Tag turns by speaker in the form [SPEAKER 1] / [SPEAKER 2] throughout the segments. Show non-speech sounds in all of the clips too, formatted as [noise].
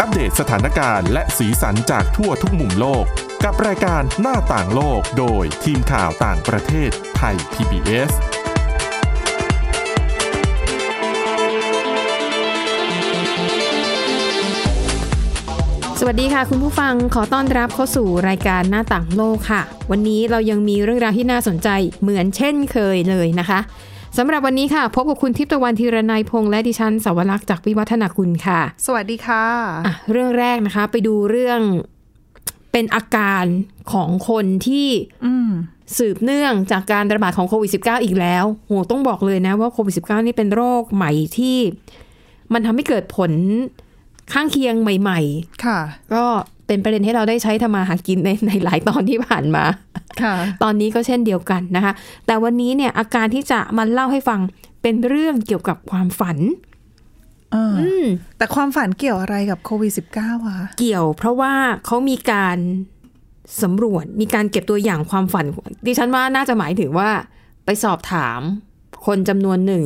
[SPEAKER 1] อัปเดตสถานการณ์และสีสันจากทั่วทุกมุมโลก กับรายการหน้าต่างโลกโดยทีมข่าวต่างประเทศไทย PBS
[SPEAKER 2] สวัสดีค่ะ คุณผู้ฟังขอต้อนรับเข้าสู่รายการหน้าต่างโลกค่ะ วันนี้เรายังมีเรื่องราวที่น่าสนใจเหมือนเช่นเคยเลยนะคะสำหรับวันนี้ค่ะพบกับคุณทิพย์ตะวันธีรนัยพงษ์และดิฉันสาวรักษ์จากวิวัฒนาคุณค่ะ
[SPEAKER 3] สวัสดีค่ะ
[SPEAKER 2] อ่ะ เรื่องแรกนะคะ ไปดูเรื่องเป็นอาการของคนที่
[SPEAKER 3] อืม
[SPEAKER 2] สืบเนื่องจากการระบาดของโควิด -19 อีกแล้วโหต้องบอกเลยนะว่าโควิด -19 นี่เป็นโรคใหม่ที่ มันทำให้เกิดผลข้างเคียงใหม่ ๆ
[SPEAKER 3] ค่ะ
[SPEAKER 2] ก็เป็นประเด็นให้เราได้ใช้ทำมาหากิน [laughs] ในในหลายตอนที่ผ่านมา
[SPEAKER 3] ค่ะ
[SPEAKER 2] ตอนนี้ก็เช่นเดียวกันนะคะ แต่วันนี้เนี่ยอาการที่จะมาเล่าให้ฟังเป็นเรื่องเกี่ยวกับความฝัน
[SPEAKER 3] เอออ
[SPEAKER 2] อืม
[SPEAKER 3] แต่ความฝันเกี่ยวอะไรกับโควิด -19 อ่ะ
[SPEAKER 2] เกี่ยวเพราะว่าเขามีการสำรวจมีการเก็บตัวอย่างความฝัน ดิฉันว่าน่าจะหมายถึงว่าไปสอบถามคนจำนวนหนึ่ง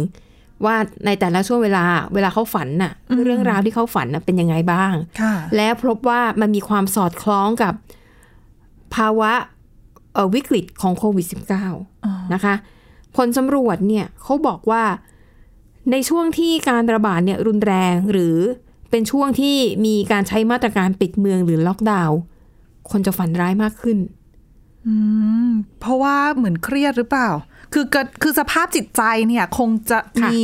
[SPEAKER 2] ว่าในแต่ละช่วงเวลาเวลาเขาฝันน่ะ
[SPEAKER 3] อืม
[SPEAKER 2] เรื่องราวที่เขาฝันน่ะเป็นยังไงบ้าง
[SPEAKER 3] ค่ะ
[SPEAKER 2] และพบว่ามันมีความสอดคล้องกับภาวะเอ่อวิกฤตของโควิด
[SPEAKER 3] อ๋อ
[SPEAKER 2] -19 นะคะ ผลสำรวจเนี่ยเขาบอกว่าในช่วงที่การระบาดเนี่ยรุนแรงหรือเป็นช่วงที่มีการใช้มาตรการปิดเมืองหรือล็อกดาวน์คนจะฝันร้ายมากขึ้น
[SPEAKER 3] อืม เพราะว่าเหมือนเครียดหรือเปล่า คือก็คือสภาพจิตใจเนี่ย คงจะ
[SPEAKER 2] ค่ะ
[SPEAKER 3] มี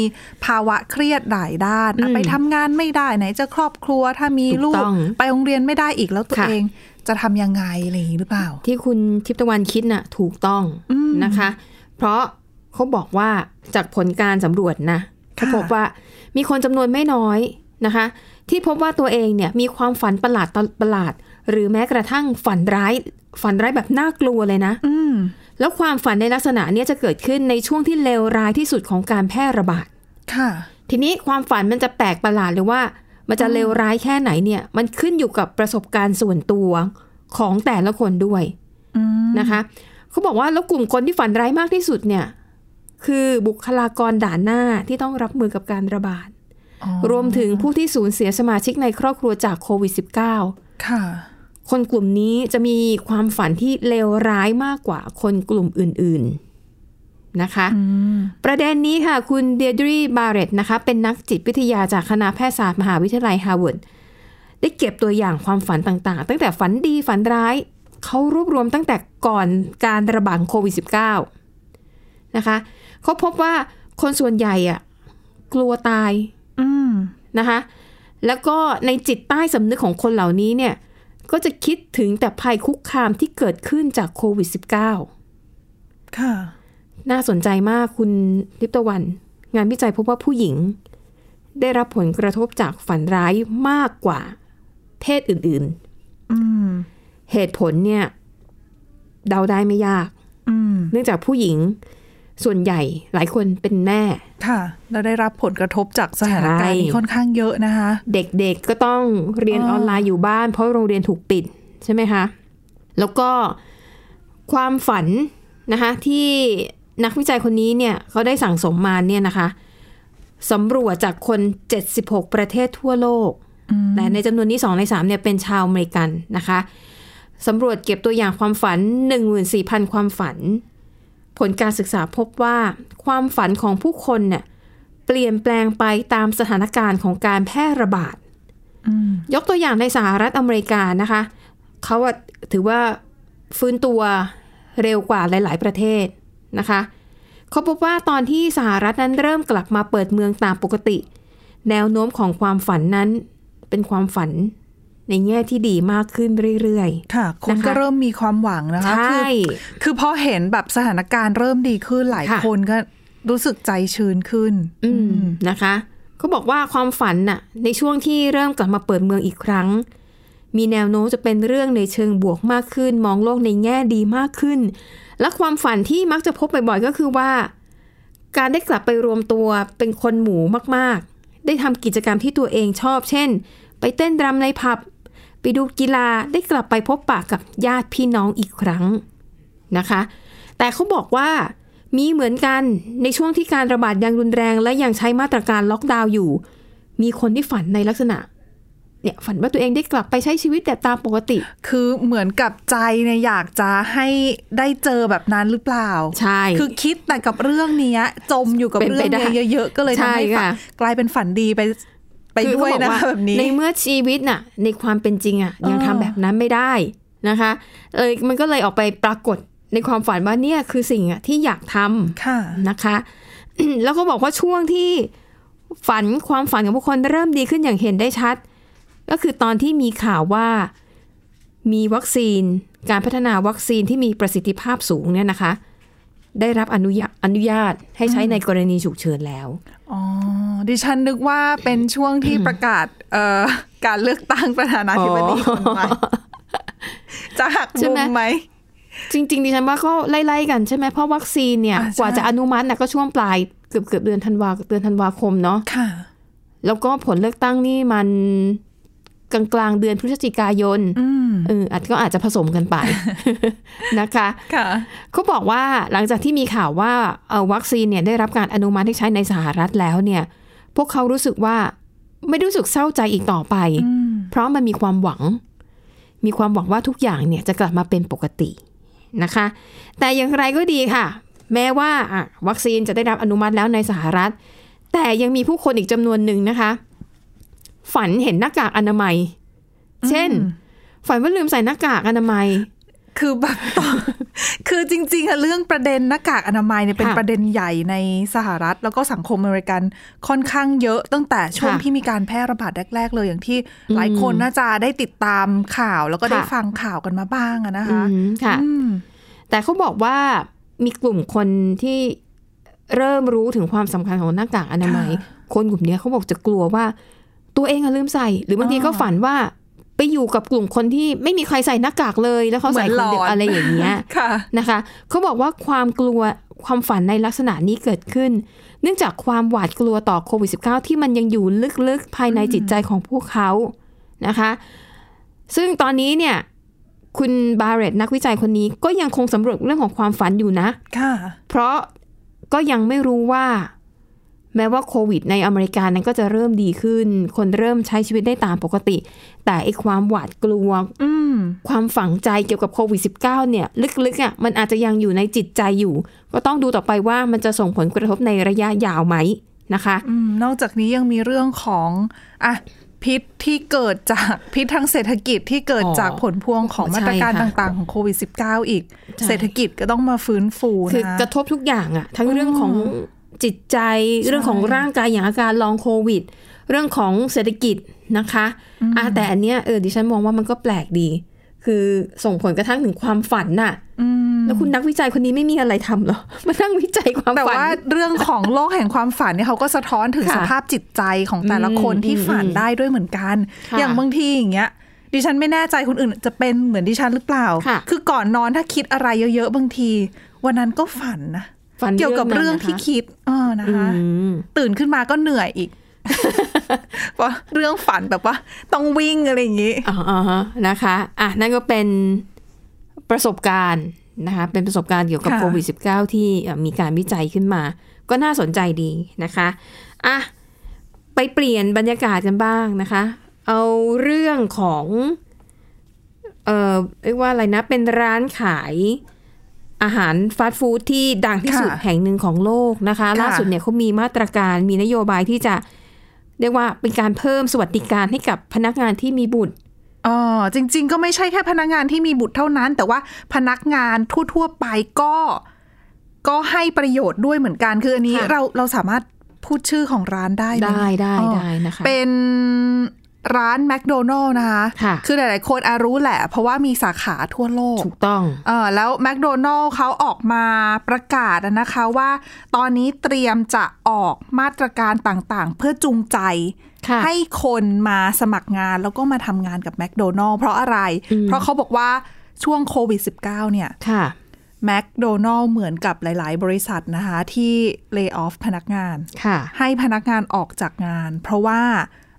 [SPEAKER 3] ภาวะเครียดหลายด้านอ่ะ
[SPEAKER 2] อืม
[SPEAKER 3] ไปทำงานไม่ได้ไหนจะครอบครัวถ้ามี
[SPEAKER 2] ถูก
[SPEAKER 3] ลูก
[SPEAKER 2] ต้อง
[SPEAKER 3] ไปโรงเรียนไม่ได้อีกแล้วตัว
[SPEAKER 2] ค่ะ
[SPEAKER 3] เองจะทำยังไงอะไรอย่างนี้หรือเปล่า
[SPEAKER 2] ที่คุณทิพย์ตะวันคิดน่ะถูกต้อง
[SPEAKER 3] อืม
[SPEAKER 2] นะคะ เพราะเขาบอกว่าจากผลการสำรวจนะเขา
[SPEAKER 3] ค่ะ
[SPEAKER 2] พบว่ามีคนจำนวนไม่น้อยนะคะ ที่พบว่าตัวเองเนี่ยมีความฝันประหลาดประหลาด หรือแม้กระทั่งฝันร้าย ฝันร้ายแบบน่ากลัวเลยนะ
[SPEAKER 3] อืม
[SPEAKER 2] แล้วความฝันในลักษณะเนี้ยจะเกิดขึ้นในช่วงที่เลวร้ายที่สุดของการแพร่ระบาด
[SPEAKER 3] ค่ะ
[SPEAKER 2] ทีนี้ความฝันมันจะแปลกประหลาดหรือว่า มันจะเลวร้ายแค่ไหนเนี่ย มันขึ้นอยู่กับประสบการณ์ส่วนตัวของแต่ละคนด้วย
[SPEAKER 3] อืม
[SPEAKER 2] นะคะเขาบอกว่าแล้วกลุ่มคนที่ฝันร้ายมากที่สุดเนี่ยคือบุคลากรด่านหน้าที่ต้องรับมือกับการระบาด
[SPEAKER 3] อ๋อ
[SPEAKER 2] รวมถึงผู้ที่สูญเสียสมาชิกในครอบครัวจากโควิด -19
[SPEAKER 3] ค่ะ
[SPEAKER 2] คนกลุ่มนี้จะมีความฝันที่เลวร้ายมากกว่าคนกลุ่มอื่นๆนะคะ
[SPEAKER 3] อืม
[SPEAKER 2] ประเด็นนี้ค่ะ คุณเดดรีบาเรตนะคะเป็นนักจิตวิทยาจากคณะแพทยศาสตร์มหาวิทยาลัยฮาร์วาร์ดได้เก็บตัวอย่างความฝันต่างๆ ตั้งแต่ฝันดีฝันร้าย เขารวบรวมตั้งแต่ก่อนการระบาดโควิด -19 นะคะเขาพบว่าคนส่วนใหญ่อะกลัวตาย
[SPEAKER 3] อืม
[SPEAKER 2] นะคะแล้วก็ในจิตใต้สำนึกของคนเหล่านี้เนี่ยก็จะคิดถึงแต่ภัยคุกคามที่เกิดขึ้นจากโควิด -19
[SPEAKER 3] ค่ะ
[SPEAKER 2] น่าสนใจมากคุณลิปตะวัน งานวิจัยพบว่าผู้หญิง ได้รับผลกระทบจากฝันร้ายมากกว่า เพศอื่น
[SPEAKER 3] อืม
[SPEAKER 2] ๆ เหตุผลเนี่ยเดาได้ไม่ยาก
[SPEAKER 3] อืม
[SPEAKER 2] เนื่องจากผู้หญิงส่วนใหญ่หลายคนเป็นแม่
[SPEAKER 3] ค่ะเราได้รับผลกระทบจากสถานการณ์
[SPEAKER 2] ใช่
[SPEAKER 3] นี้ค่อนข้างเยอะนะคะ
[SPEAKER 2] เด็กๆก็ต้องเรียนอ
[SPEAKER 3] อ๋อ
[SPEAKER 2] อนไลน์อยู่บ้าน เพราะโรงเรียนถูกปิดใช่ไหมคะ แล้วก็ความฝันนะคะที่นักวิจัยคนนี้เนี่ยเขาได้สั่งสมมาเนี่ยนะคะสำรวจจากคน 76 ประเทศทั่วโลก แต่ในจำนวนนี้ 2 ใน 3เนี่ยเป็นชาวอเมริกันนะคะสำรวจเก็บตัวอย่างความฝัน 14,000 ความฝัน ผลการศึกษาพบว่าความฝันของผู้คนเนี่ยเปลี่ยนแปลงไปตามสถานการณ์ของการแพร่ระบาด
[SPEAKER 3] อืม
[SPEAKER 2] ยกตัวอย่างในสหรัฐอเมริกานะคะ เขาอะถือว่าฟื้นตัวเร็วกว่าหลาย ๆ ประเทศนะคะ เขาพบว่าตอนที่สหรัฐนั้นเริ่มกลับมาเปิดเมืองตามปกติ แนวโน้มของความฝันนั้นเป็นความฝันในแง่ที่ดีมากขึ้นเรื่อย
[SPEAKER 3] ค่ะ คน
[SPEAKER 2] นะคะ
[SPEAKER 3] ก็เริ่มมีความหวังนะ
[SPEAKER 2] ๆ
[SPEAKER 3] คะ
[SPEAKER 2] ใช่
[SPEAKER 3] คือคือพอเห็นแบบสถานการณ์เริ่มดีขึ้นหลาย
[SPEAKER 2] ค่ะ
[SPEAKER 3] คนก็รู้สึกใจชื้นขึ้น
[SPEAKER 2] อืมนะคะเขาบอกว่าความฝันน่ะในช่วงที่เริ่มกลับมาเปิดเมืองอีกครั้ง มีแนวโน้มจะเป็นเรื่องในเชิงบวกมากขึ้น มองโลกในแง่ดีมากขึ้น และความฝันที่มักจะพบบ่อยๆก็คือว่า การได้กลับไปรวมตัวเป็นคนหมู่มากๆ ได้ทำกิจกรรมที่ตัวเองชอบ เช่น ไปเต้นรำในผับ ไปดูกีฬาได้กลับไปพบปะกับญาติพี่น้องอีกครั้งนะคะ แต่เขาบอกว่ามีเหมือนกันในช่วงที่การระบาดยังรุนแรง และยังใช้มาตรการล็อกดาวน์อยู่ มีคนที่ฝันในลักษณะ เนี่ยฝันว่าตัวเองได้กลับไปใช้ชีวิตแบบตามปกติ
[SPEAKER 3] คือเหมือนกับใจเนี่ยอยากจะให้ได้เจอแบบนั้นหรือเปล่า
[SPEAKER 2] ใช่
[SPEAKER 3] คือคิดแต่กับเรื่องเนี้ย จมอยู่กับ
[SPEAKER 2] เป็น
[SPEAKER 3] เรื่
[SPEAKER 2] ไป
[SPEAKER 3] อง
[SPEAKER 2] ได้
[SPEAKER 3] เนี้ยเยอะๆ ก็เลย
[SPEAKER 2] ใช่
[SPEAKER 3] ทำให้ฝัน
[SPEAKER 2] ค่ะ
[SPEAKER 3] กลายเป็นฝันดีไปไป
[SPEAKER 2] คือ
[SPEAKER 3] ด้วย
[SPEAKER 2] เขา
[SPEAKER 3] นะ
[SPEAKER 2] อกา
[SPEAKER 3] คะแบบนี้
[SPEAKER 2] ในเมื่อชีวิตน่ะ ในความเป็นจริงอ่ะ ยัง
[SPEAKER 3] เออ
[SPEAKER 2] ทำแบบนั้นไม่ได้นะคะเอยมันก็เลยออกไปปรากฏในความฝันว่าเนี่ยคือสิ่งอ่ะที่อยากทำ
[SPEAKER 3] ค่ะ
[SPEAKER 2] นะคะ [clears throat] แล้วก็บอกว่าช่วงที่ฝันความฝันของบุคคลเริ่มดีขึ้นอย่างเห็นได้ชัด ก็คือตอนที่มีข่าวว่ามีวัคซีน การพัฒนาวัคซีนที่มีประสิทธิภาพสูงเนี่ยนะคะ ได้รับอนุญาอนุญาตให้ใช้ในกรณีฉุกเฉินแล้ว
[SPEAKER 3] อ๋อ ดิฉันนึกว่าเป็นช่วงที่ประกาศเอ่อการเลือกตั้งประธานาธิบดีคนใหม่จะหัก
[SPEAKER 2] ใช่
[SPEAKER 3] มุ
[SPEAKER 2] ไหม
[SPEAKER 3] มไหม
[SPEAKER 2] จริงๆดิฉันว่าก็ไล่ๆกันใช่ไหมเพราะวัคซีนเนี่ย
[SPEAKER 3] อ่ะใช่
[SPEAKER 2] กว่าจะอนุมัตินะก็ช่วงปลายเกือบเกือบๆเดือนธันวาเดือนธันวาคมเนาะ
[SPEAKER 3] ค่ะ
[SPEAKER 2] แล้วก็ผลเลือกตั้งนี่มันกลางกลางๆเดือนพฤศจิกายน
[SPEAKER 3] อืม
[SPEAKER 2] เอออาจก็อาจจะผสมกันไป นะคะ
[SPEAKER 3] ค่ะ
[SPEAKER 2] เขาบอกว่าหลังจากที่มีข่าวว่าเอ่อวัคซีนเนี่ยได้รับการอนุมัติให้ใช้ในสหรัฐแล้วเนี่ย พวกเขารู้สึกว่าไม่รู้สึกเศร้าใจอีกต่อไป
[SPEAKER 3] อืม
[SPEAKER 2] เพราะมันมีความหวัง มีความหวังว่าทุกอย่างเนี่ยจะกลับมาเป็นปกตินะคะ แต่อย่างไรก็ดีค่ะ แม้ว่าอ่ะวัคซีนจะได้รับอนุมัติแล้วในสหรัฐ แต่ยังมีผู้คนอีกจำนวนหนึ่งนะคะ ฝันเห็นหน้ากากอนามัย เช่น ฝันว่าลืมใส่หน้ากากอนามัย
[SPEAKER 3] คือแบบต่อ คือจริงๆอะเรื่องประเด็นหน้ากากอนามัยเนี่ยเป็น
[SPEAKER 2] ค่ะ
[SPEAKER 3] ประเด็นใหญ่ในสหรัฐ แล้วก็สังคมอเมริกันค่อนข้างเยอะตั้งแต่ช่วง
[SPEAKER 2] ค่ะ
[SPEAKER 3] ที่มีการแพร่ระบาดแรกๆเลยอย่างที่หลายคนน่าจะได้ติดตามข่าว แล้วก็ได้
[SPEAKER 2] ค่ะ
[SPEAKER 3] ฟังข่าวกันมาบ้างอะนะ
[SPEAKER 2] อื
[SPEAKER 3] คะ
[SPEAKER 2] มค่ะ
[SPEAKER 3] อืม
[SPEAKER 2] แต่เขาบอกว่ามีกลุ่มคนที่เริ่มรู้ถึงความสำคัญของหน้ากากอนามัย คนกลุ่มเนี้ยเขาบอกจะกลัวว่า ตัวเองอะลืมใส่ หรือบางทีก็ฝันว่าไปอยู่กับกลุ่มคนที่ไม่มีใครใส่หน้ากากเลย แล้วเขาใส่คนเดียวอะไรอย่างเงี้ย
[SPEAKER 3] [laughs] ค่ะ
[SPEAKER 2] นะคะเขาบอกว่าความกลัวความฝันในลักษณะนี้เกิดขึ้น เนื่องจากความหวาดกลัวต่อโควิด -19 ที่มันยังอยู่ลึกๆ ภายในจิตใจของพวกเขานะคะ ซึ่งตอนนี้เนี่ยคุณบาเรตนักวิจัยคนนี้ก็ยังคงสำรวจเรื่องของความฝันอยู่นะ
[SPEAKER 3] ค่ะ
[SPEAKER 2] เพราะก็ยังไม่รู้ว่า แม้ว่าโควิดในอเมริกานั้นก็จะเริ่มดีขึ้น คนเริ่มใช้ชีวิตได้ตามปกติ แต่ไอความหวาดกลัว
[SPEAKER 3] อืม
[SPEAKER 2] ความฝังใจเกี่ยวกับโควิด -19 เนี่ย ลึกๆอ่ะมันอาจจะยังอยู่ในจิตใจอยู่ ก็ต้องดูต่อไปว่ามันจะส่งผลกระทบในระยะยาวไหมนะคะ
[SPEAKER 3] อืมนอกจากนี้ยังมีเรื่องของอ่ะพิษที่เกิดจากพิษทางเศรษฐกิจที่เกิด
[SPEAKER 2] อ๋อ
[SPEAKER 3] จากผลพวงของมาตรการ
[SPEAKER 2] ใช่ค่ะ
[SPEAKER 3] ต่างๆ ของโควิด -19 อีก
[SPEAKER 2] ใช่
[SPEAKER 3] เศรษฐกิจก็ต้องมาฟื้นฟู
[SPEAKER 2] คือน ก
[SPEAKER 3] ะ
[SPEAKER 2] ระทบทุกอย่างอ่ะ ทั้งเรื่องของจิตใจ เรื่องของร่างกายอย่างอาการลองโควิด เรื่องของเศรษฐกิจนะคะอ่ะแต่อันเนี้ยเออดิฉันมองว่ามันก็แปลกดี คือส่งผลกระทั่งถึงความฝันน่ะแล้วคุณนักวิจัยคนนี้ไม่มีอะไรทำเหรอ [laughs] มานั่งวิจัยความฝัน
[SPEAKER 3] แต่ว่าเรื่องของโลกแห่งความฝันเนี่ยเขาก็สะท้อนถึง
[SPEAKER 2] ค่ะ
[SPEAKER 3] สภาพจิตใจของแต่ละคน
[SPEAKER 2] อืม
[SPEAKER 3] ที่ฝันได้ด้วยเหมือนกัน
[SPEAKER 2] ค่ะ
[SPEAKER 3] อย่างบางทีอย่างเงี้ย ดิฉันไม่แน่ใจคนอื่นจะเป็นเหมือนดิฉันหรือเปล่า
[SPEAKER 2] ค่ะ
[SPEAKER 3] อก่อนนอนถ้าคิดอะไรเยอะๆบางที วันนั้นก็ฝันนะ
[SPEAKER 2] ฝัน
[SPEAKER 3] เกี่ยวกับเรื่อง
[SPEAKER 2] นั้นนะคะ
[SPEAKER 3] ที่คิดเออนะ
[SPEAKER 2] อื
[SPEAKER 3] คะ
[SPEAKER 2] ม
[SPEAKER 3] ตื่นขึ้นมาก็เหนื่อย [laughs] อีก เพราะเรื่องฝันแบบว่า ต้องวิ่งอะไรอย่างงี้
[SPEAKER 2] อ๋ออ่าฮะนะคะอ่ะนั่นก็เป็นประสบการณ์นะคะเป็นประสบการณ์เกี่ยวกับ
[SPEAKER 3] ค่ะ
[SPEAKER 2] โควิด -19 ที่เอ่อมีการวิจัยขึ้นมา ก็น่าสนใจดีนะคะอ่ะไปเปลี่ยนบรรยากาศกันบ้างนะคะ เอาเรื่องของเอ่อเรียกว่าอะไรนะ เป็นร้านขายอาหารฟาสต์ฟู้ดที่ดังที่สุดแห่งหนึ่งของโลกนะคะล่าสุดเนี่ยเขามีมาตรการมีนโยบายที่จะเรียกว่าเป็นการเพิ่มสวัสดิการให้กับพนักงานที่มีบุตร
[SPEAKER 3] อ๋อจริง ๆ ก็ไม่ใช่แค่พนักงานที่มีบุตรเท่านั้น แต่ว่าพนักงานทั่ว ๆ ไปก็ ก็ให้ประโยชน์ด้วยเหมือนกันคืออันนี้
[SPEAKER 2] ค่ะ
[SPEAKER 3] เราเราสามารถพูดชื่อของร้านได้หม
[SPEAKER 2] ได้ได้
[SPEAKER 3] อ๋อ
[SPEAKER 2] ได้นะคะ
[SPEAKER 3] เป็นร้านแมคโดนัลล์นะคะ
[SPEAKER 2] ค่ะ
[SPEAKER 3] อหลาย ๆ คนอารู้แหละ เพราะว่ามีสาขาทั่วโลก
[SPEAKER 2] ถูกต้อง
[SPEAKER 3] เออแล้วแมคโดนัลล์เขาออกมาประกาศอะนะคะว่า ตอนนี้เตรียมจะออกมาตรการต่างๆ เพื่อจูงใจ
[SPEAKER 2] ค่ะ
[SPEAKER 3] ให้คนมาสมัครงานแล้วก็มาทำงานกับแมคโดนัลล์เพราะอะไร เพราะเขาบอกว่าช่วงโควิด -19 เนี่ย
[SPEAKER 2] ค่ะ
[SPEAKER 3] แมคโดนัลล์เหมือนกับหลาย ๆ บริษัทนะคะ ที่เลิกออฟพนักงาน
[SPEAKER 2] ค่ะ
[SPEAKER 3] ให้พนักงานออกจากงาน เพราะว่า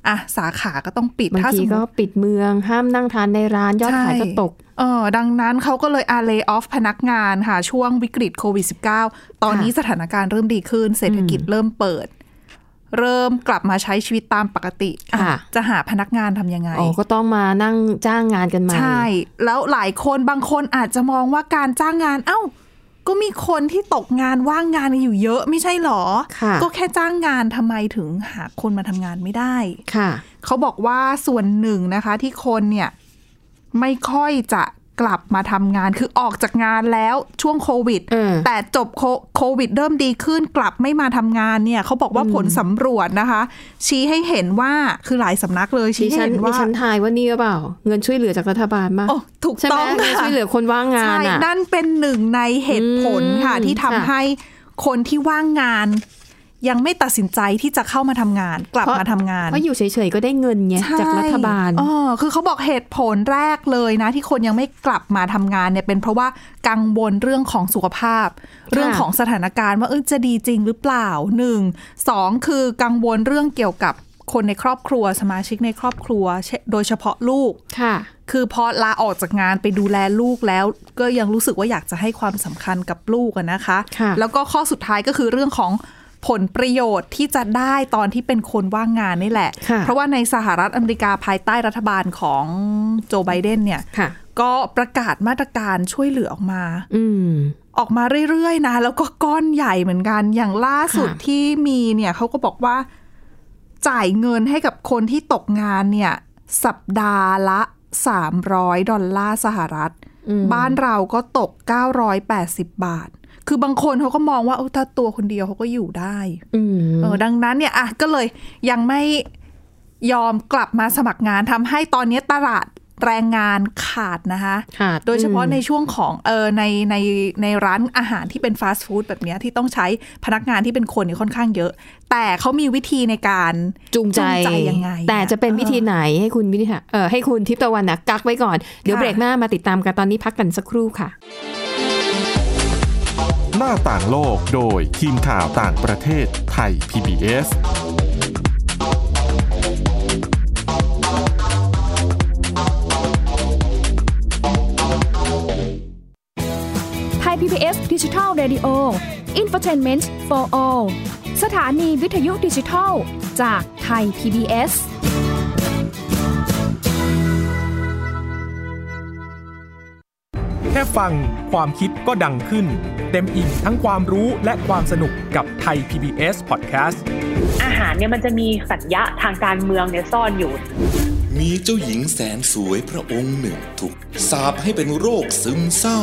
[SPEAKER 3] อ่ะสาขาก็ต้องปิด
[SPEAKER 2] บาง
[SPEAKER 3] ถ้าส
[SPEAKER 2] ที
[SPEAKER 3] มม
[SPEAKER 2] ก็
[SPEAKER 3] ติ
[SPEAKER 2] ปิดเมืองห้ามนั่งทานในร้านยอดขายก็ตก
[SPEAKER 3] เออดังนั้นเขาก็เลยอาเลย์ออฟพนักงานค่ะ ช่วงวิกฤตโควิด -19 ตอนนี้สถานการณ์เริ่มดีขึ้น เศรษฐกิจเริ่มเปิด เริ่มกลับมาใช้ชีวิตตามปกติอ่ะ
[SPEAKER 2] ค่ะ
[SPEAKER 3] จะหาพนักงานทำยังไง
[SPEAKER 2] อ๋อก็ต้องมานั่งจ้างงานกันใหมา
[SPEAKER 3] ใช่ แล้วหลายคนบางคนอาจจะมองว่าการจ้างงาน เอ้า ก็มีคนที่ตกงานว่างงานอยู่เยอะไม่ใช่หรอ
[SPEAKER 2] ค่ะ
[SPEAKER 3] ก็แค่จ้างงานทำไมถึงหาคนมาทำงานไม่ได้
[SPEAKER 2] ค่ะ
[SPEAKER 3] เขาบอกว่าส่วนหนึ่งนะคะ ที่คนเนี่ย ไม่ค่อยจะกลับมาทำงานคือออกจากงานแล้วช่วงโควิด
[SPEAKER 2] เออ
[SPEAKER 3] แต่จบโคโควิดเริ่มดีขึ้นกลับไม่มาทำงานเนี่ย เขาบอกว่าผลสำรวจนะคะ ชี้ให้เห็นว่าคือหลายสำนักเลยชี้
[SPEAKER 2] ดิ
[SPEAKER 3] ให้
[SPEAKER 2] ฉัน
[SPEAKER 3] เห็น
[SPEAKER 2] ดิ
[SPEAKER 3] ว่า
[SPEAKER 2] ฉันทายว่านี่หรือเปล่า เงินช่วยเหลือจากรัฐบาลมา
[SPEAKER 3] โอ้ถูก
[SPEAKER 2] ใช่ไห
[SPEAKER 3] ต้
[SPEAKER 2] ม
[SPEAKER 3] อง
[SPEAKER 2] เงินช่วยเหลือคนว่างงาน
[SPEAKER 3] ใช่
[SPEAKER 2] อ่ะ
[SPEAKER 3] นั่นเป็นหนึ่งในเหตุผลค่ะ
[SPEAKER 2] อืม
[SPEAKER 3] ที่ทำ
[SPEAKER 2] ค่ะ
[SPEAKER 3] ให้คนที่ว่างงาน ยังไม่ตัดสินใจที่จะเข้ามาทำงาน กลับมาทำงาน
[SPEAKER 2] เพราะอยู่เฉยๆก็ได้เงินไง
[SPEAKER 3] ใช่
[SPEAKER 2] จากรัฐบาล
[SPEAKER 3] อ๋อคือเขาบอกเหตุผลแรกเลยนะ ที่คนยังไม่กลับมาทำงานเนี่ยเป็นเพราะว่ากังวลเรื่องของสุขภาพ เรื่องของสถานการณ์ว่าเออจะดีจริงหรือเปล่าหนึ่งสองคือกังวลเรื่องเกี่ยวกับคนในครอบครัวสมาชิกในครอบครัวเช่นโดยเฉพาะลูก
[SPEAKER 2] ค่ะ
[SPEAKER 3] คือพอลาออกจากงานไปดูแลลูกแล้ว ก็ยังรู้สึกว่าอยากจะให้ความสำคัญกับลูกอะนะคะ
[SPEAKER 2] ค่ะ
[SPEAKER 3] แล้วก็ข้อสุดท้ายก็คือเรื่องของผลประโยชน์ที่จะได้ตอนที่เป็นคนว่างงานนี่แหละ
[SPEAKER 2] ค่ะ
[SPEAKER 3] เพราะว่าในสหรัฐอเมริกาภายใต้รัฐบาลของโจไบเดนเนี่ย
[SPEAKER 2] ค่ะ
[SPEAKER 3] ก็ประกาศมาตรการช่วยเหลือออกมา
[SPEAKER 2] อืม
[SPEAKER 3] ออกมาเรื่อยๆนะ แล้วก็ก้อนใหญ่เหมือนกัน อย่างล่าสุด
[SPEAKER 2] ค่ะ
[SPEAKER 3] ที่มีเนี่ยเขาก็บอกว่าจ่ายเงินให้กับคนที่ตกงานเนี่ย สัปดาห์ละ 300 ดอลลาร์สหรัฐ
[SPEAKER 2] อืม
[SPEAKER 3] บ้านเราก็ตก 980 บาท คือบางคนเขาก็มองว่าเอ้าถ้าตัวคนเดียวเขาก็อยู่ได้
[SPEAKER 2] อืม
[SPEAKER 3] เออดังนั้นเนี่ยอ่ะก็เลยยังไม่ยอมกลับมาสมัครงานทำให้ตอนนี้ตลาดแรงงานขาดนะคะ
[SPEAKER 2] ค่ะ
[SPEAKER 3] โดยเฉพาะ
[SPEAKER 2] อืม
[SPEAKER 3] ในช่วงของเออในในในร้านอาหารที่เป็นฟาสต์ฟู้ดแบบเนี้ยที่ต้องใช้พนักงานที่เป็นคนเนี่ยค่อนข้างเยอะ แต่เขามีวิธีในการ
[SPEAKER 2] จูงใจ
[SPEAKER 3] จูงใจยังไง
[SPEAKER 2] แต่จะเป็นวิธีไหนให้คุณวินิหะเออให้คุณทิพย์ตะวันนะกักไว้ก่อน เดี๋ยว
[SPEAKER 3] ค่ะ
[SPEAKER 2] เบรกหน้ามาติดตามกันตอนนี้พักกันสักครู่ค่ะ
[SPEAKER 1] หน้าต่างโลกโดยทีมข่าวต่างประเทศไทย PBS
[SPEAKER 4] ไทย PBS d i g i ดิจิ Radio Infotainment for All สถานีวิทยุดิจิทัล จากไทย PBS
[SPEAKER 5] แค่ฟังความคิดก็ดังขึ้น เต็มอิ่งทั้งความรู้และความสนุกกับไทย PBS Podcast
[SPEAKER 6] อาหารเนี่ยมันจะมีสัญญะทางการเมืองเนี่ยซ่อนอยู่
[SPEAKER 7] มีเจ้าหญิงแสนสวยพระองค์หนึ่งถูกสาปให้เป็นโรคซึมเศร้า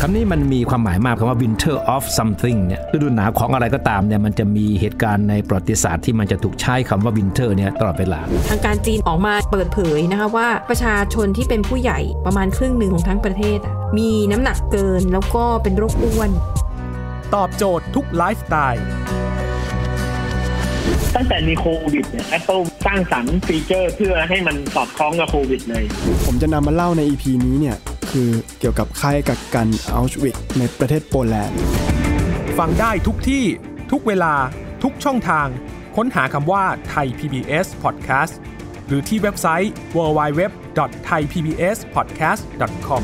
[SPEAKER 8] คำนี้มันมีความหมายมากคำว่า winter of something เนี่ยฤดูหนาวของอะไรก็ตามเนี่ยมันจะมีเหตุการณ์ในประวัติศาสตร์ที่มันจะถูกใช้คำว่า winter เนี่ยตลอดเวลา
[SPEAKER 2] ทางการจีนออกมาเปิดเผยนะคะว่าประชาชนที่เป็นผู้ใหญ่ประมาณครึ่งหนึ่งของทั้งประเทศอะมีน้ำหนักเกินแล้วก็เป็นโรคอ้วน
[SPEAKER 5] ตอบโจทย์ทุกไลฟ์สไตล์
[SPEAKER 9] ตั้งแต่มีโควิดเนี่ย Apple สร้างสรรค์ฟีเจอร์เพื่อให้มันสอดคล้องกับโควิดเลย
[SPEAKER 10] ผมจะนำมาเล่าใน EP นี้เนี่ย คือเกี่ยวกับค่ายกักกันอัลชวิกในประเทศโปแลนด์
[SPEAKER 5] ฟังได้ทุกที่ ทุกเวลา ทุกช่องทาง ค้นหาคำว่าไทย PBS Podcast หรือที่เว็บไซต์ www.thaipbspodcast.com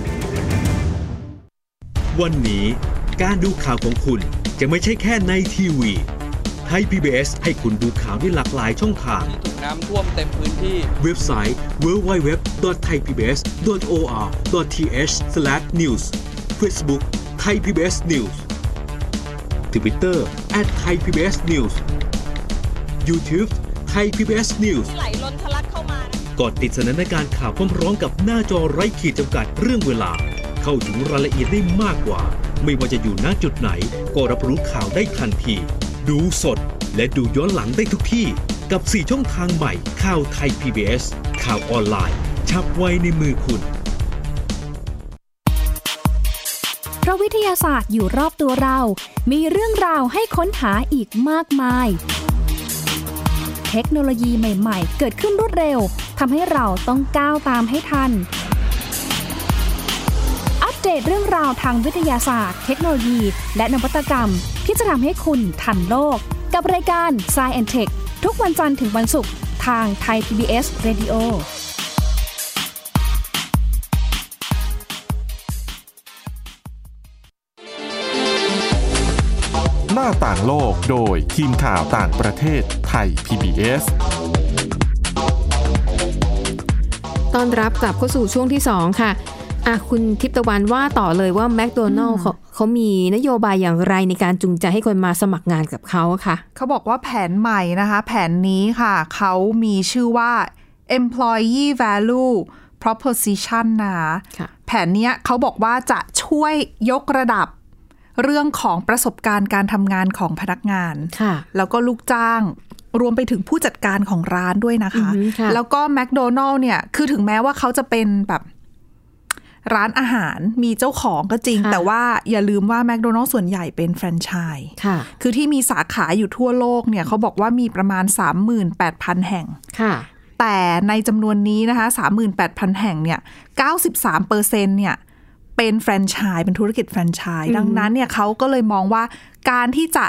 [SPEAKER 11] วันนี้การดูข่าวของคุณจะไม่ใช่แค่ในทีวีไทย PBS ให้คุณดูข่าวได้หลากหลายช่องทาง
[SPEAKER 12] ถูกน้ำท่วมเต็มพื้นที่
[SPEAKER 11] เว็บไซต์ www.thaipbs.or.th/news Facebook Thai PBS News Twitter @thaipbsnews YouTube Thai PBS News
[SPEAKER 12] ไหลล้นทะลักเข้ามา
[SPEAKER 11] กดติดสนันในการข่าวพร้อมร้องกับหน้าจอไร้ขีดจำกัดเรื่องเวลา เข้าถึงรายละเอียดได้มากกว่า ไม่ว่าจะอยู่ณจุดไหน ก็รับรู้ข่าวได้ทันที ดูสดและดูย้อนหลังได้ทุกที่ กับ 4 ช่องทางใหม่ ข่าวไทย PBS ข่าวออนไลน์ ชับไว้ในมือคุณ
[SPEAKER 4] เพราะวิทยาศาสตร์อยู่รอบตัวเรา มีเรื่องราวให้ค้นหาอีกมากมาย เทคโนโลยีใหม่ ๆ เกิดขึ้นรวดเร็ว ทำให้เราต้องก้าวตามให้ทัน อัปเดตเรื่องราวทางวิทยาศาสตร์ เทคโนโลยี และนวัตกรรม ที่จะทำให้คุณทันโลก กับรายการ s c i e n t e c h ทุกวันจันทร์ถึงวันศุกร์ทางไทย PBS Radio
[SPEAKER 1] หน้า น้าต่างโลกโดยทีมข่าวต่างประเทศไทย PBS
[SPEAKER 2] ต้อนรับกลับเข้าสู่ช่วงที่ 2 ค่ะอ่ะคุณทิพย์ตะวันว่าต่อเลยว่าแม d โดนัลเขาเขามีนโยบายอย่างไรในการจูงใจให้คนมาสมัครงานกับเขาอะค่ะ
[SPEAKER 3] เขาบอกว่าแผนใหม่นะคะ แผนนี้ค่ะ เขามีชื่อว่า employee value proposition นะคะ
[SPEAKER 2] ค่ะ
[SPEAKER 3] แผนเนี้ยเขาบอกว่าจะช่วยยกระดับเรื่องของประสบการณ์การทำงานของพนักงาน
[SPEAKER 2] ค่ะ
[SPEAKER 3] แล้วก็ลูกจ้างรวมไปถึงผู้จัดการของร้านด้วยนะคะ
[SPEAKER 2] อือหือค่ะ
[SPEAKER 3] แล้วก็แมคโดนัลล์เนี่ย คือถึงแม้ว่าเขาจะเป็นแบบร้านอาหารมีเจ้าของก็จริง แต่ว่าอย่าลืมว่าแมคโดนัลล์ส่วนใหญ่เป็นแฟรนไชส์
[SPEAKER 2] ค่ะ
[SPEAKER 3] คือที่มีสาขาอยู่ทั่วโลกเนี่ยเขาบอกว่ามีประมาณ 38,000 แห่ง
[SPEAKER 2] ค่ะ
[SPEAKER 3] แต่ในจำนวนนี้นะคะ 38,000 แห่งเนี่ย 93เปอร์เซ็นเนี่ย เป็นแฟรนไชส์เป็นธุรกิจแฟรนไชส์ดังนั้นเนี่ยเขาก็เลยมองว่าการที่จะ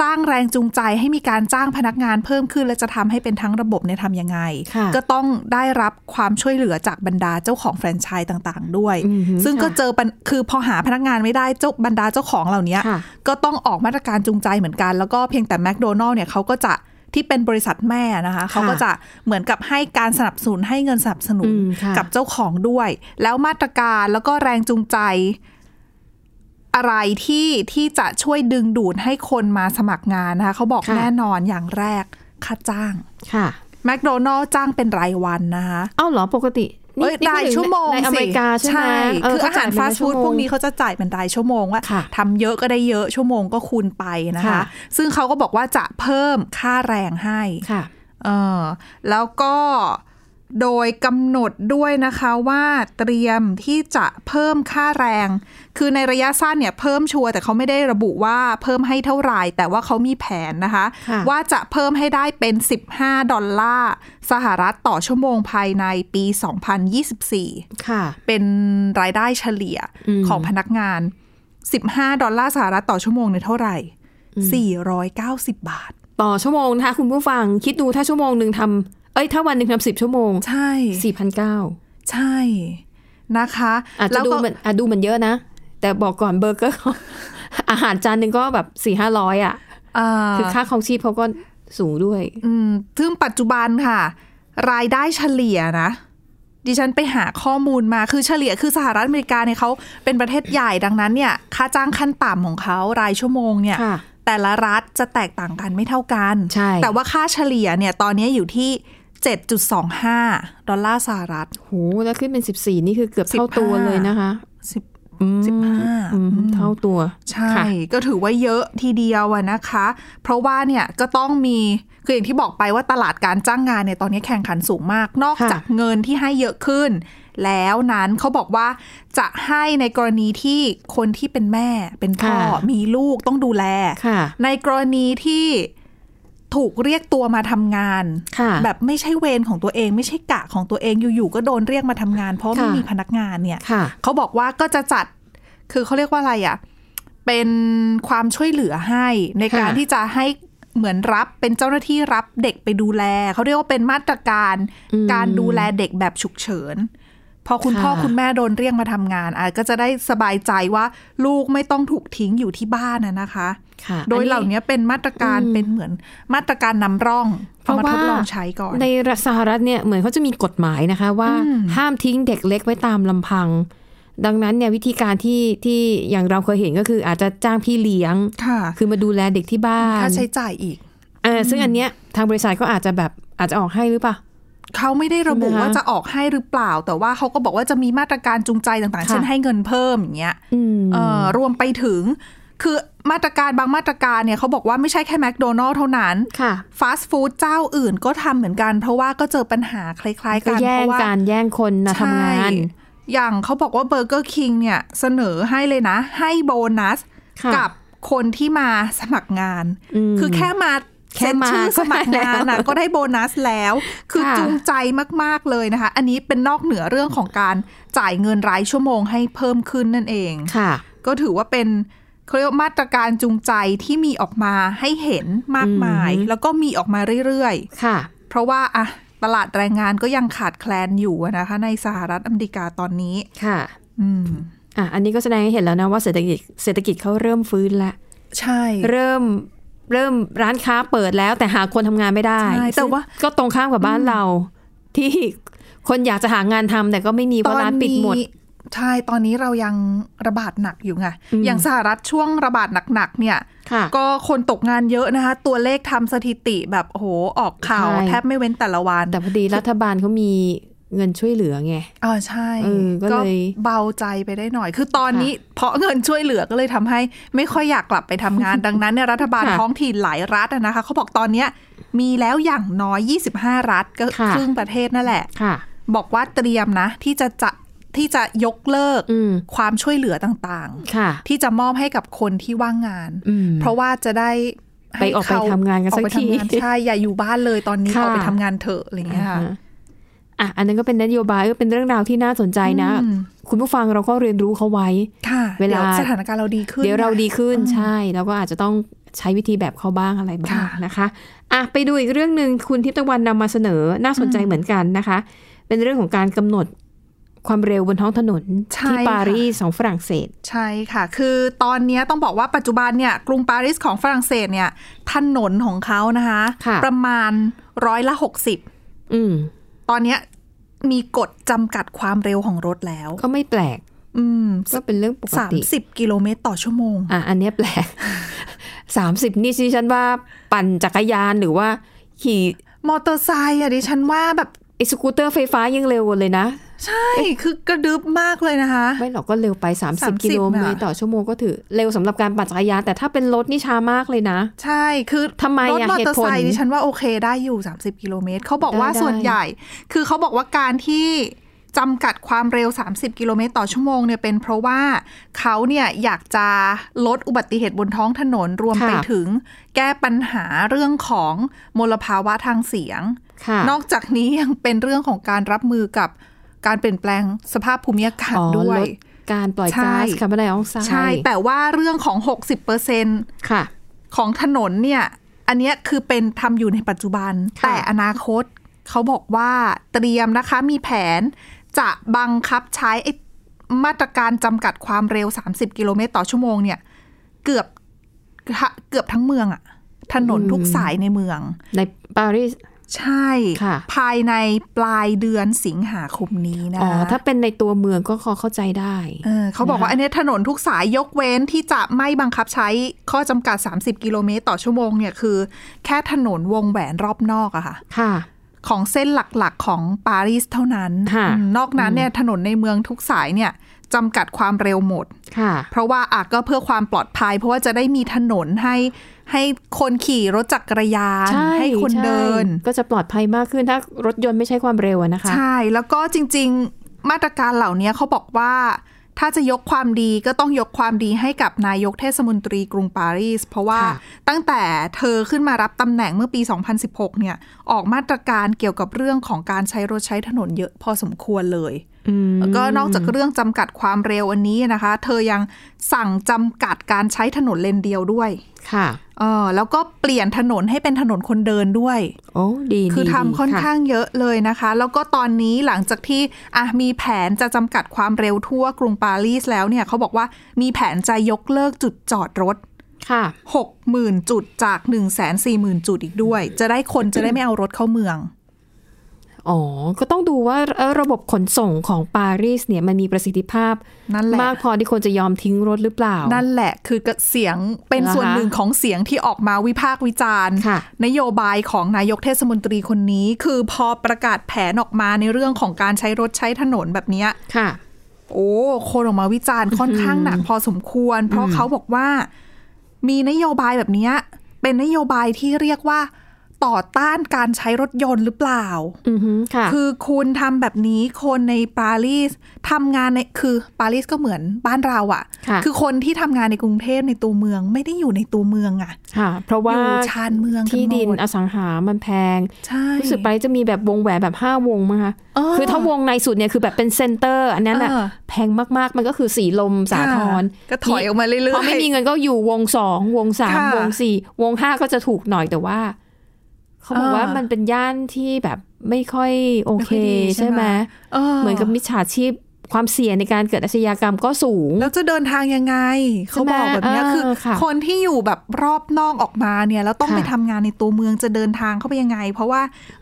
[SPEAKER 3] สร้างแรงจูงใจให้มีการจ้างพนักงานเพิ่มขึ้น และจะทำให้เป็นทั้งระบบเนี่ยทำยังไง
[SPEAKER 2] ค่ะ
[SPEAKER 3] ก็ต้องได้รับความช่วยเหลือจากบรรดาเจ้าของแฟรนไชส์ต่างๆ ด้วย
[SPEAKER 2] อือหือ
[SPEAKER 3] ซึ่งก็
[SPEAKER 2] ค่ะ
[SPEAKER 3] เจอปัญคือพอหาพนักงานไม่ได้เจ้าบรรดาเจ้าของเหล่านี้
[SPEAKER 2] ค่ะ
[SPEAKER 3] ก็ต้องออกมาตรการจูงใจเหมือนกัน แล้วก็เพียงแต่แมคโดนัลล์เนี่ยเขาก็จะที่เป็นบริษัทแม่นะคะ เขาก็จะเหมือนกับให้การสนับสนุนให้เงินสนับสนุน
[SPEAKER 2] อืมค่ะ
[SPEAKER 3] กับเจ้าของด้วย แล้วมาตรการแล้วก็แรงจูงใจ อะไรที่ที่จะช่วยดึงดูดให้คนมาสมัครงานนะคะ เขาบอกแน่นอนอย่างแรกค่าจ้าง
[SPEAKER 2] ค่ะ
[SPEAKER 3] แมคโดนัลล์จ้างเป็นรายวันนะคะ
[SPEAKER 2] เอ้าเหรอปกติ
[SPEAKER 3] เอ้ย
[SPEAKER 2] นี่
[SPEAKER 3] รายชั่วโมง
[SPEAKER 2] ในอเมริกาใช่ไหมเ
[SPEAKER 3] คืออา
[SPEAKER 2] จ่
[SPEAKER 3] หายร
[SPEAKER 2] เป็น
[SPEAKER 3] ฟาสต์ฟู้ด
[SPEAKER 2] ชั่โมง
[SPEAKER 3] พวกนี้เขาจะจ่ายเป็นรายชั่วโมงว่า
[SPEAKER 2] ค่ะ
[SPEAKER 3] ทำเยอะก็ได้เยอะชั่วโมงก็คูณไปนะคะ
[SPEAKER 2] ค่ะ
[SPEAKER 3] ซึ่งเขาก็บอกว่าจะเพิ่มค่าแรงให้
[SPEAKER 2] ค่ะ
[SPEAKER 3] เออแล้วก็โดยกำหนดด้วยนะคะว่าเตรียมที่จะเพิ่มค่าแรง คือในระยะสั้นเนี่ยเพิ่มชัวร์แต่เขาไม่ได้ระบุว่าเพิ่มให้เท่าไหร่แต่ว่าเขามีแผนนะคะ
[SPEAKER 2] ค่ะ
[SPEAKER 3] ว่าจะเพิ่มให้ได้เป็น 15 ดอลลาร์สหรัฐต่อชั่วโมงภายในปี 2024
[SPEAKER 2] ค่ะ
[SPEAKER 3] เป็นรายได้เฉลี่ย
[SPEAKER 2] อืม
[SPEAKER 3] ของพนักงาน 15 ดอลลาร์สหรัฐต่อชั่วโมงเนี่ยเท่าไหร่ 490 บาท
[SPEAKER 2] ต่อชั่วโมงนะคะคุณผู้ฟังคิดดูถ้าชั่วโมงหนึ่งทำเอ้ยถ้าวันหนึ่งทำสิบชั่วโมง
[SPEAKER 3] ใช่
[SPEAKER 2] สี่พันเก้า
[SPEAKER 3] ใช่นะคะ
[SPEAKER 2] อาจจะดูเหมือนอาจดูเหมือนเยอะนะ แต่บอกก่อนเบอร์เกอ [laughs] ร์เขา อาหารจานหนึ่งก็แบบสี่ห้าร้อยอ่ะ
[SPEAKER 3] อ่า
[SPEAKER 2] คือค่าครองชีพเขาก็สูงด้วย
[SPEAKER 3] อืมซึ่งปัจจุบันค่ะ รายได้เฉลี่ยนะ ดิฉันไปหาข้อมูลมาคือเฉลี่ยคือสหรัฐอเมริกาเนี่ยเขาเป็นประเทศใหญ่ดังนั้นเนี่ย ค่าจ้างขั้นต่ำของเขารายชั่วโมงเนี่ย
[SPEAKER 2] ค่ะ
[SPEAKER 3] แต่ละรัฐจะแตกต่างกันไม่เท่ากัน
[SPEAKER 2] ใช่
[SPEAKER 3] แต่ว่าค่าเฉลี่ยเนี่ยตอนนี้อยู่ที่ 7.25 ดอลลาร์สหรัฐ
[SPEAKER 2] โหแล้วขึ้นเป็นสิบสี่นี่คือเกือบเท่าตัวเลยนะคะ
[SPEAKER 3] สิบ
[SPEAKER 2] อืม
[SPEAKER 3] 15
[SPEAKER 2] อืมเท่าตัว
[SPEAKER 3] ใช่
[SPEAKER 2] ค่ะ
[SPEAKER 3] ก็ถือว่าเยอะทีเดียวอะนะคะ เพราะว่าเนี่ยก็ต้องมีคืออย่างที่บอกไปว่าตลาดการจ้างงานเนี่ยตอนนี้แข่งขันสูงมาก นอก
[SPEAKER 2] ค่ะ
[SPEAKER 3] จากเงินที่ให้เยอะขึ้น แล้วนั้นเขาบอกว่าจะให้ในกรณีที่คนที่เป็นแม่เป็นพ่อมีลูกต้องดูแล
[SPEAKER 2] ค่ะ
[SPEAKER 3] ในกรณีที่ถูกเรียกตัวมาทำงาน
[SPEAKER 2] ค่ะ
[SPEAKER 3] แบบไม่ใช่เวรของตัวเองไม่ใช่กะของตัวเองอยู่ๆก็โดนเรียกมาทำงาน เพราะไม่
[SPEAKER 2] ค่ะ
[SPEAKER 3] มีพนักงานเนี่ย
[SPEAKER 2] ค่ะ
[SPEAKER 3] เขาบอกว่าก็จะจัด คือเขาเรียกว่าอะไรอ่ะ เป็นความช่วยเหลือให้ ในการ
[SPEAKER 2] ค่ะ
[SPEAKER 3] ที่จะให้เหมือนรับเป็นเจ้าหน้าที่รับเด็กไปดูแล เขาเรียกว่าเป็นมาตรการ
[SPEAKER 2] อืม
[SPEAKER 3] การดูแลเด็กแบบฉุกเฉิน พอคุณ
[SPEAKER 2] ค่ะ
[SPEAKER 3] พ่อคุณแม่โดนเรียกมาทำงานอ่ะก็จะได้สบายใจว่าลูกไม่ต้องถูกทิ้งอยู่ที่บ้านนะนะคะ
[SPEAKER 2] ค่ะ
[SPEAKER 3] โดย
[SPEAKER 2] อั
[SPEAKER 3] เหล่านี้เป็นมาตรการ
[SPEAKER 2] อืม
[SPEAKER 3] เป็นเหมือนมาตรการนำร่องเอามาทดลองใช้ก่อน
[SPEAKER 2] ในสหรัฐเนี่ยเหมือนเขาจะมีกฎหมายนะคะ ว่า
[SPEAKER 3] อืม
[SPEAKER 2] ห้ามทิ้งเด็กเล็กไว้ตามลำพัง ดังนั้นเนี่ยวิธีการที่ที่อย่างเราเคยเห็นก็คืออาจจะจ้างพี่เลี้ยง
[SPEAKER 3] ค่ะ
[SPEAKER 2] คือมาดูแลเด็กที่บ้าน
[SPEAKER 3] ค่าใช้จ่ายอีก
[SPEAKER 2] เออซึ่งอันเนี้ยทางบริษัทก็อาจจะแบบอาจจะออกให้หรือเปล่า
[SPEAKER 3] เขาไม่ได้ระบุ
[SPEAKER 2] ใช่ไหมคะ
[SPEAKER 3] ว่าจะออกให้หรือเปล่า แต่ว่าเขาก็บอกว่าจะมีมาตรการจูงใจต่างๆ
[SPEAKER 2] ค่ะ
[SPEAKER 3] เช่นให้เงินเพิ่มอย่างเงี้ย
[SPEAKER 2] อืม
[SPEAKER 3] เอ่อรวมไปถึง คือมาตรการบางมาตรการเนี่ยเขาบอกว่าไม่ใช่แค่แมคโดนัลล์เท่านั้น
[SPEAKER 2] ค่ะ
[SPEAKER 3] ฟาสต์ฟู้ดเจ้าอื่นก็ทำเหมือนกัน เพราะว่าก็เจอปัญหาคล้ายๆ
[SPEAKER 2] ก็
[SPEAKER 3] กัน
[SPEAKER 2] แย่ง
[SPEAKER 3] เพราะว่า
[SPEAKER 2] การแย่งคนนะทำงาน
[SPEAKER 3] ใช่อย่างเขาบอกว่าเบอร์เกอร์คิงเนี่ยเสนอให้เลยนะ ให้โบนัส
[SPEAKER 2] ค่ะ
[SPEAKER 3] กับคนที่มาสมัครงาน
[SPEAKER 2] อืม
[SPEAKER 3] คือแค่มา
[SPEAKER 2] แค่
[SPEAKER 3] เซ็น
[SPEAKER 2] มา
[SPEAKER 3] ชื่อสมัครงา
[SPEAKER 2] ก็ได้
[SPEAKER 3] น
[SPEAKER 2] แล้
[SPEAKER 3] น่ะ
[SPEAKER 2] ว
[SPEAKER 3] ก็ ก็ได้โบนัสแล้ว คือ
[SPEAKER 2] ค่ะ
[SPEAKER 3] จูงใจมาก ๆ เลยนะคะ อันนี้เป็นนอกเหนือเรื่องของการจ่ายเงินรายชั่วโมงให้เพิ่มขึ้นนั่นเอง
[SPEAKER 2] ค่ะ
[SPEAKER 3] ก็ถือว่าเป็นเขาเรียกว่ามาตรการจูงใจที่มีออกมาให้เห็นมากมาย
[SPEAKER 2] อืม
[SPEAKER 3] แล้วก็มีออกมาเรื่อย
[SPEAKER 2] ค่ะ
[SPEAKER 3] ๆ เพราะว่าอะตลาดแรงงานก็ยังขาดแคลนอยู่อะนะคะ ในสหรัฐอเมริกาตอนนี้
[SPEAKER 2] ค่ะ
[SPEAKER 3] อืม
[SPEAKER 2] อ่ะอันนี้ก็แสดงให้เห็นแล้วนะว่าเศรษฐกิจเศรษฐกิจเขาเริ่มฟื้นแล้ว
[SPEAKER 3] ใช่
[SPEAKER 2] เริ่มเริ่มร้านค้าเปิดแล้วแต่หาคนทำงานไม่ได้
[SPEAKER 3] ใช่แต่ว่า
[SPEAKER 2] ซึ่งก็ตรงข้ามกับบ้านเรา ที่คนอยากจะหางานทำแต่ก็ไม่มีเพราะร้านปิดหมด
[SPEAKER 3] ใช่ ตอนนี้เรายังระบาดหนักอยู่ไง
[SPEAKER 2] อืม
[SPEAKER 3] อย่างสหรัฐช่วงระบาดหนักๆเนี่ย
[SPEAKER 2] ค่ะ
[SPEAKER 3] ก็คนตกงานเยอะนะคะ ตัวเลขทำสถิติแบบโอ้โหออกข่าว
[SPEAKER 2] ใช่
[SPEAKER 3] แทบไม่เว้นแต่ละวัน
[SPEAKER 2] แต่พอดีรัฐบาลเขามีเงินช่วยเหลือไง
[SPEAKER 3] อ่าใช่
[SPEAKER 2] เออก็เลย
[SPEAKER 3] เบาใจไปได้หน่อย คือตอนนี้เพราะเงินช่วยเหลือก็เลยทำให้ไม่ค่อยอยากกลับไปทำ
[SPEAKER 2] [laughs]
[SPEAKER 3] งาน ดังนั้นเนี่ยรัฐบาลท้องถิ่นหลายรัฐอะนะคะเขาบอกตอนเนี้ยมีแล้วอย่างน้อย 25 รัฐก็ครึ่งประเทศนั่นแหละ
[SPEAKER 2] ค่ะ
[SPEAKER 3] บอกว่าเตรียมนะ ที่จะจะที่จะยกเลิก
[SPEAKER 2] อืม
[SPEAKER 3] ความช่วยเหลือต่าง
[SPEAKER 2] ค่ะ
[SPEAKER 3] ๆ ที่จะมอบให้กับคนที่ว่างงาน
[SPEAKER 2] อืม
[SPEAKER 3] เพราะว่าจะได้ให้
[SPEAKER 2] ไปออกไป
[SPEAKER 3] เข
[SPEAKER 2] ทำงานกันสัก
[SPEAKER 3] ออไป
[SPEAKER 2] ที
[SPEAKER 3] ทำงานใช่อย่าอยู่บ้านเลยตอนนี้
[SPEAKER 2] ค่ะ
[SPEAKER 3] ออกไปทำงานเถอะอะไรเงี้ยค่ะ
[SPEAKER 2] อ่ะอันนั้นก็เป็นนโยบายก็เป็นเรื่องราวที่น่าสนใจนะ
[SPEAKER 3] อืม
[SPEAKER 2] คุณผู้ฟังเราก็เรียนรู้เขาไว้
[SPEAKER 3] ค่ะ
[SPEAKER 2] เวลา
[SPEAKER 3] ดี๋ยสถานการณ์เราดีขึ้น
[SPEAKER 2] เดี๋ยวเราดีขึ้นใช่แล้วก็อาจจะต้องใช้วิธีแบบเขาบ้างอะไรบ้าง
[SPEAKER 3] ค่ะ
[SPEAKER 2] นะคะอ่ะไปดูอีกเรื่องหนึ่งคุณทิพย์ตะวันนำมาเสนอน่าสนใจเหมือนกันนะคะ เป็นเรื่องของการกำหนดความเร็วบนท้องถนน
[SPEAKER 3] ใช่
[SPEAKER 2] ที่ปา
[SPEAKER 3] ค่ะ
[SPEAKER 2] รีสของฝรั่งเศส
[SPEAKER 3] ใช่ค่ะ คือตอนเนี้ยต้องบอกว่าปัจจุบันเนี่ยกรุงปารีสของฝรั่งเศสเนี่ยถนนของเขานะคะ
[SPEAKER 2] ค่ะ
[SPEAKER 3] ประมาณร้อยละหกสิบ
[SPEAKER 2] อืม
[SPEAKER 3] ตอนเนี้ยมีกฎจำกัดความเร็วของรถแล้ว
[SPEAKER 2] ก็ไม่แปลก
[SPEAKER 3] อืม
[SPEAKER 2] ก็เป็นเรื่องปก
[SPEAKER 3] สาม
[SPEAKER 2] ติ
[SPEAKER 3] สิบกิโลเมตรต่อชั่วโมง
[SPEAKER 2] อ่ะอันเนี้ยแปลก [laughs] สามสิบนี่ดิฉันว่าปั่นจักรยานหรือว่าขี่
[SPEAKER 3] มอเตอร์ไซค์อะดิฉันว่าแบบ
[SPEAKER 2] ไอสกูตเตอร์ไฟฟ้ายังเร็วกว่าเลยนะ
[SPEAKER 3] ใช่คือกระดึบมากเลยนะคะ
[SPEAKER 2] ไม่หรอกก็เร็วไป 30
[SPEAKER 3] 30
[SPEAKER 2] กิโลเมตร
[SPEAKER 3] น่ะ
[SPEAKER 2] ต่อชั่วโมงก็ถือ เร็วสำหรับการปั่นจักรยาน แต่ถ้าเป็นรถนี่ช้ามากเลยนะ
[SPEAKER 3] ใช่ คือ
[SPEAKER 2] ทำไม
[SPEAKER 3] รถ
[SPEAKER 2] อะ
[SPEAKER 3] มอเตอร์ไซ
[SPEAKER 2] เหตุ
[SPEAKER 3] ค์
[SPEAKER 2] ผล
[SPEAKER 3] ดิฉันว่าโอเคได้อยู่ 30 กิโลเมตร เขาบอกว่า
[SPEAKER 2] ได้
[SPEAKER 3] ส่วนใหญ่ คือเขาบอกว่าการที่จำกัดความเร็ว 30 กิโลเมตรต่อชั่วโมงเนี่ยเป็นเพราะว่าเขาเนี่ยอยากจะลดอุบัติเหตุบนท้องถนนรวมไปถึงแก้ปัญหาเรื่องของมลภาวะทางเสียง
[SPEAKER 2] ค่ะ
[SPEAKER 3] นอกจากนี้ยังเป็นเรื่องของการรับมือกับการเปลี่ยนแปลงสภาพภูมิอากาศ
[SPEAKER 2] อ๋อ
[SPEAKER 3] ด้ว
[SPEAKER 2] ล
[SPEAKER 3] ย
[SPEAKER 2] ดการปล่อย
[SPEAKER 3] ใช่
[SPEAKER 2] ก๊าซคาร์บอนไดออกไซด์
[SPEAKER 3] ใช่แต่ว่าเรื่องของ 60%
[SPEAKER 2] ค่ะ
[SPEAKER 3] ของถนนเนี่ย อันเนี้ยคือเป็นทำอยู่ในปัจจุบัน
[SPEAKER 2] ค่ะ
[SPEAKER 3] แต่อนาคตเขาบอกว่าเตรียมนะคะมีแผนจะบังคับใช้ไอ้มาตรการจำกัดความเร็ว 30 กิโลเมตรต่อชั่วโมงเนี่ย เกือบเกือบทั้งเมืองอะถนนทุกสายในเมือง
[SPEAKER 2] ในปารีส
[SPEAKER 3] ใช่
[SPEAKER 2] ค่ะ
[SPEAKER 3] ภายในปลายเดือนสิงหาคมนี้นะ
[SPEAKER 2] อ๋อถ้าเป็นในตัวเมืองก็พอเข้าใจได้
[SPEAKER 3] เออเขาบอกว่าอันเนี้ยถนนทุกสายยกเว้นที่จะไม่บังคับใช้ข้อจำกัด 30 กิโลเมตรต่อชั่วโมงเนี่ยคือ แค่ถนนวงแหวนรอบนอกอะค่ะ
[SPEAKER 2] ค่ะ
[SPEAKER 3] ของเส้นหลักๆของปารีสเท่านั้น
[SPEAKER 2] ค่ะ
[SPEAKER 3] อืมนอกนั้นเนี่ยถนนในเมืองทุกสายเนี่ยจำกัดความเร็วหมด
[SPEAKER 2] ค่ะ
[SPEAKER 3] เพราะว่าอ่ะก็เพื่อความปลอดภัย เพราะว่าจะได้มีถนนให้ให้คนขี่รถจักรยาน
[SPEAKER 2] ใช่
[SPEAKER 3] คน
[SPEAKER 2] ใช่
[SPEAKER 3] เดิน
[SPEAKER 2] ก็จะปลอดภัยมากขึ้นถ้ารถยนต์ไม่ใช้ความเร็วอะนะคะ
[SPEAKER 3] ใช่ แล้วก็จริงๆ มาตรการเหล่านี้เขาบอกว่า ถ้าจะยกความดีก็ต้องยกความดีให้กับนายกเทศมนตรีกรุงปารีส เพราะว่า
[SPEAKER 2] ค่ะ
[SPEAKER 3] ตั้งแต่เธอขึ้นมารับตำแหน่งเมื่อปี 2016 เนี่ย ออกมาตรการเกี่ยวกับเรื่องของการใช้รถใช้ถนนเยอะพอสมควรเลย
[SPEAKER 2] อืม
[SPEAKER 3] แล้วก็นอกจากเรื่องจำกัดความเร็วอันนี้นะคะ เธอยังสั่งจำกัดการใช้ถนนเลนเดียวด้วย
[SPEAKER 2] ค่ะ
[SPEAKER 3] เออแล้วก็เปลี่ยนถนนให้เป็นถนนคนเดินด้วย
[SPEAKER 2] โอ้ดี
[SPEAKER 3] คือ
[SPEAKER 2] ดี
[SPEAKER 3] ทำค่อน
[SPEAKER 2] ดีะ
[SPEAKER 3] ข้างเยอะเลยนะคะ แล้วก็ตอนนี้หลังจากที่อ่ะมีแผนจะจำกัดความเร็วทั่วกรุงปารีสแล้วเนี่ยเขาบอกว่ามีแผนจะยกเลิกจุดจอดรถ
[SPEAKER 2] ค่ะ
[SPEAKER 3] 60,000 จุดจาก 140,000 จุดอีกด้วย จะได้คนจะได้ไม่เอารถเข้าเมือง
[SPEAKER 2] อ๋อ ก็ต้องดูว่าเอ่อระบบขนส่งของปารีสเนี่ยมันมีประสิทธิภาพ
[SPEAKER 3] นั่นแหละ
[SPEAKER 2] มากพอที่คนจะยอมทิ้งรถหรือเปล่า
[SPEAKER 3] นั่นแหละคือเสียงเป็น
[SPEAKER 2] เหรอคะ
[SPEAKER 3] ส่วนหนึ่งของเสียงที่ออกมาวิพากษ์วิจารณ์
[SPEAKER 2] ค่ะ
[SPEAKER 3] นโยบายของนายกเทศมนตรีคนนี้ คือพอประกาศแผนออกมาในเรื่องของการใช้รถใช้ถนนแบบเนี้ย
[SPEAKER 2] ค่ะ
[SPEAKER 3] โอ้ คนออกมาวิจารณ์ค่อนข้างหนักพอสมควร เพราะเขาบอกว่ามีนโยบายแบบเนี้ยเป็นนโยบายที่เรียกว่า ต่อต้านการใช้รถยนต์หรือเปล่า
[SPEAKER 2] อือฮึค่ะ
[SPEAKER 3] คือคุณทำแบบนี้คนในปารีสทำงานในคือปารีสก็เหมือนบ้านเราอะ
[SPEAKER 2] ค่ะ
[SPEAKER 3] คือคนที่ทำงานในกรุงเทพในตัวเมืองไม่ได้อยู่ในตัวเมืองอะ
[SPEAKER 2] ค่ะ เพราะ
[SPEAKER 3] อ
[SPEAKER 2] ว่า
[SPEAKER 3] ยู่ชานเมืองกัน
[SPEAKER 2] ที่
[SPEAKER 3] หม
[SPEAKER 2] ดิน
[SPEAKER 3] ด
[SPEAKER 2] อสังหามันแพง
[SPEAKER 3] ใช่
[SPEAKER 2] รู้สึกไปจะมีแบบวงแหวนแบบ 5 วงมั้งคะ
[SPEAKER 3] เ
[SPEAKER 2] คือถ้าวงในสุดเนี่ยคือแบบเป็นเซนเตอร์ อันนั้นอ่ะ
[SPEAKER 3] เออ
[SPEAKER 2] แพงมากๆ มันก็คือสีลมสาทร
[SPEAKER 3] ค่ะก็ถอยออกมาเรื่อยๆ
[SPEAKER 2] พอไม่มีเงินก็อยู่วงสองวงสาม
[SPEAKER 3] ค่ะ
[SPEAKER 2] วงสี่วงห้าก็จะถูกหน่อยแต่ว่า เขาบอกว่ามันเป็นย่านที่แบบไม่ค่อยโอเค
[SPEAKER 3] ไดี
[SPEAKER 2] ใช่ไหม
[SPEAKER 3] เออ
[SPEAKER 2] เหมือนกับมิจฉาชีพ ความเสี่ยงในการเกิดอาชญากรรมก็สูง
[SPEAKER 3] แล้วจะเดินทางยังไง เขาบอกแบบเนี้ย
[SPEAKER 2] เออ
[SPEAKER 3] คือ
[SPEAKER 2] ค่ะ
[SPEAKER 3] คนที่อยู่แบบรอบนอกออกมาเนี่ยแล้วต้อง
[SPEAKER 2] ค่ะ
[SPEAKER 3] ไปทำงานในตัวเมืองจะเดินทางเข้าไปยังไง เพราะว่า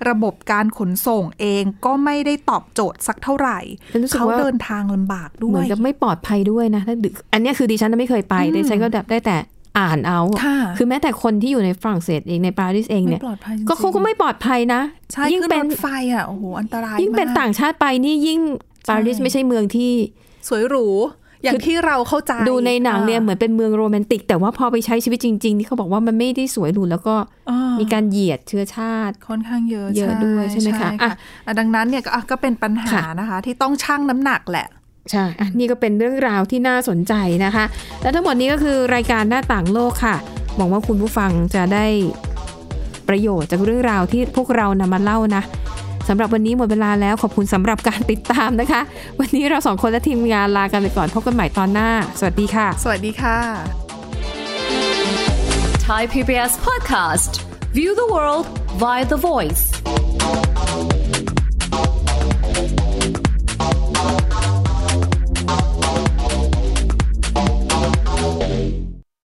[SPEAKER 3] ระบบการขนส่งเองก็ไม่ได้ตอบโจทย์สักเท่าไหร่
[SPEAKER 2] ฉันรู้สึก
[SPEAKER 3] เขา
[SPEAKER 2] ว่า
[SPEAKER 3] เดินทางลำบากด้
[SPEAKER 2] เห
[SPEAKER 3] ว
[SPEAKER 2] มือน
[SPEAKER 3] ย
[SPEAKER 2] กับไม่ปลอดภัยด้วยนะถ้าดึกอันเนี้ยคือดิฉันน่ะไม่เคยไป
[SPEAKER 3] อืม
[SPEAKER 2] ดิฉันก็แบบได้แต่อ่านเอา
[SPEAKER 3] ค่ะ
[SPEAKER 2] อแม้แต่คนที่อยู่ในฝรั่งเศสเองในปารีสเอง
[SPEAKER 3] ไม่
[SPEAKER 2] เนี่ย
[SPEAKER 3] ปลอดภัยจริงๆ
[SPEAKER 2] ก็เขาก็ไม่ปลอดภัยนะ
[SPEAKER 3] ใช่
[SPEAKER 2] ยิ่ง
[SPEAKER 3] ขึ้น
[SPEAKER 2] เป็
[SPEAKER 3] ร
[SPEAKER 2] น
[SPEAKER 3] ถไฟอ่ะโอ้โหอันตราย
[SPEAKER 2] ยิ่งเป็น
[SPEAKER 3] มก
[SPEAKER 2] ต่างชาติไปนี่ยิ่งปารีส
[SPEAKER 3] ใช่
[SPEAKER 2] ไม่ใช่เมืองที่
[SPEAKER 3] สวยหรูอย่างที่เราเข้าใจ
[SPEAKER 2] ดูในหนังเนี่ยเหมือนเป็นเมืองโรแมนติก แต่ว่าพอไปใช้ชีวิตจริงๆนี่เขาบอกว่ามันไม่ได้สวยหรูแล้วก็
[SPEAKER 3] อ่า
[SPEAKER 2] มีการเหยียดเชื้อชาติ
[SPEAKER 3] ค่อนข้างเยอะ
[SPEAKER 2] เยอะด้วยใช่ไหมคะอ่ะ
[SPEAKER 3] อ่ะดังนั้นเนี่ยก็อ่ะก็เป็นปัญหา
[SPEAKER 2] ค่ะ
[SPEAKER 3] นะคะ ที่ต้องชั่งน้ำหนักแหละ
[SPEAKER 2] ใช่อ่ะนี่ก็เป็นเรื่องราวที่น่าสนใจนะคะ และทั้งหมดนี้ก็คือรายการหน้าต่างโลกค่ะ หวังว่าคุณผู้ฟังจะได้ประโยชน์จากเรื่องราวที่พวกเรานำมาเล่านะสำหรับวันนี้หมดเวลาแล้วขอบคุณสำหรับการติดตามนะคะ วันนี้เราสองคนและทีมงานลากันไปก่อนพบกันใหม่ตอนหน้า สวัสดีค่ะ
[SPEAKER 3] สวัสดีค่ะ
[SPEAKER 13] Thai PBS podcast. View the world via the voice.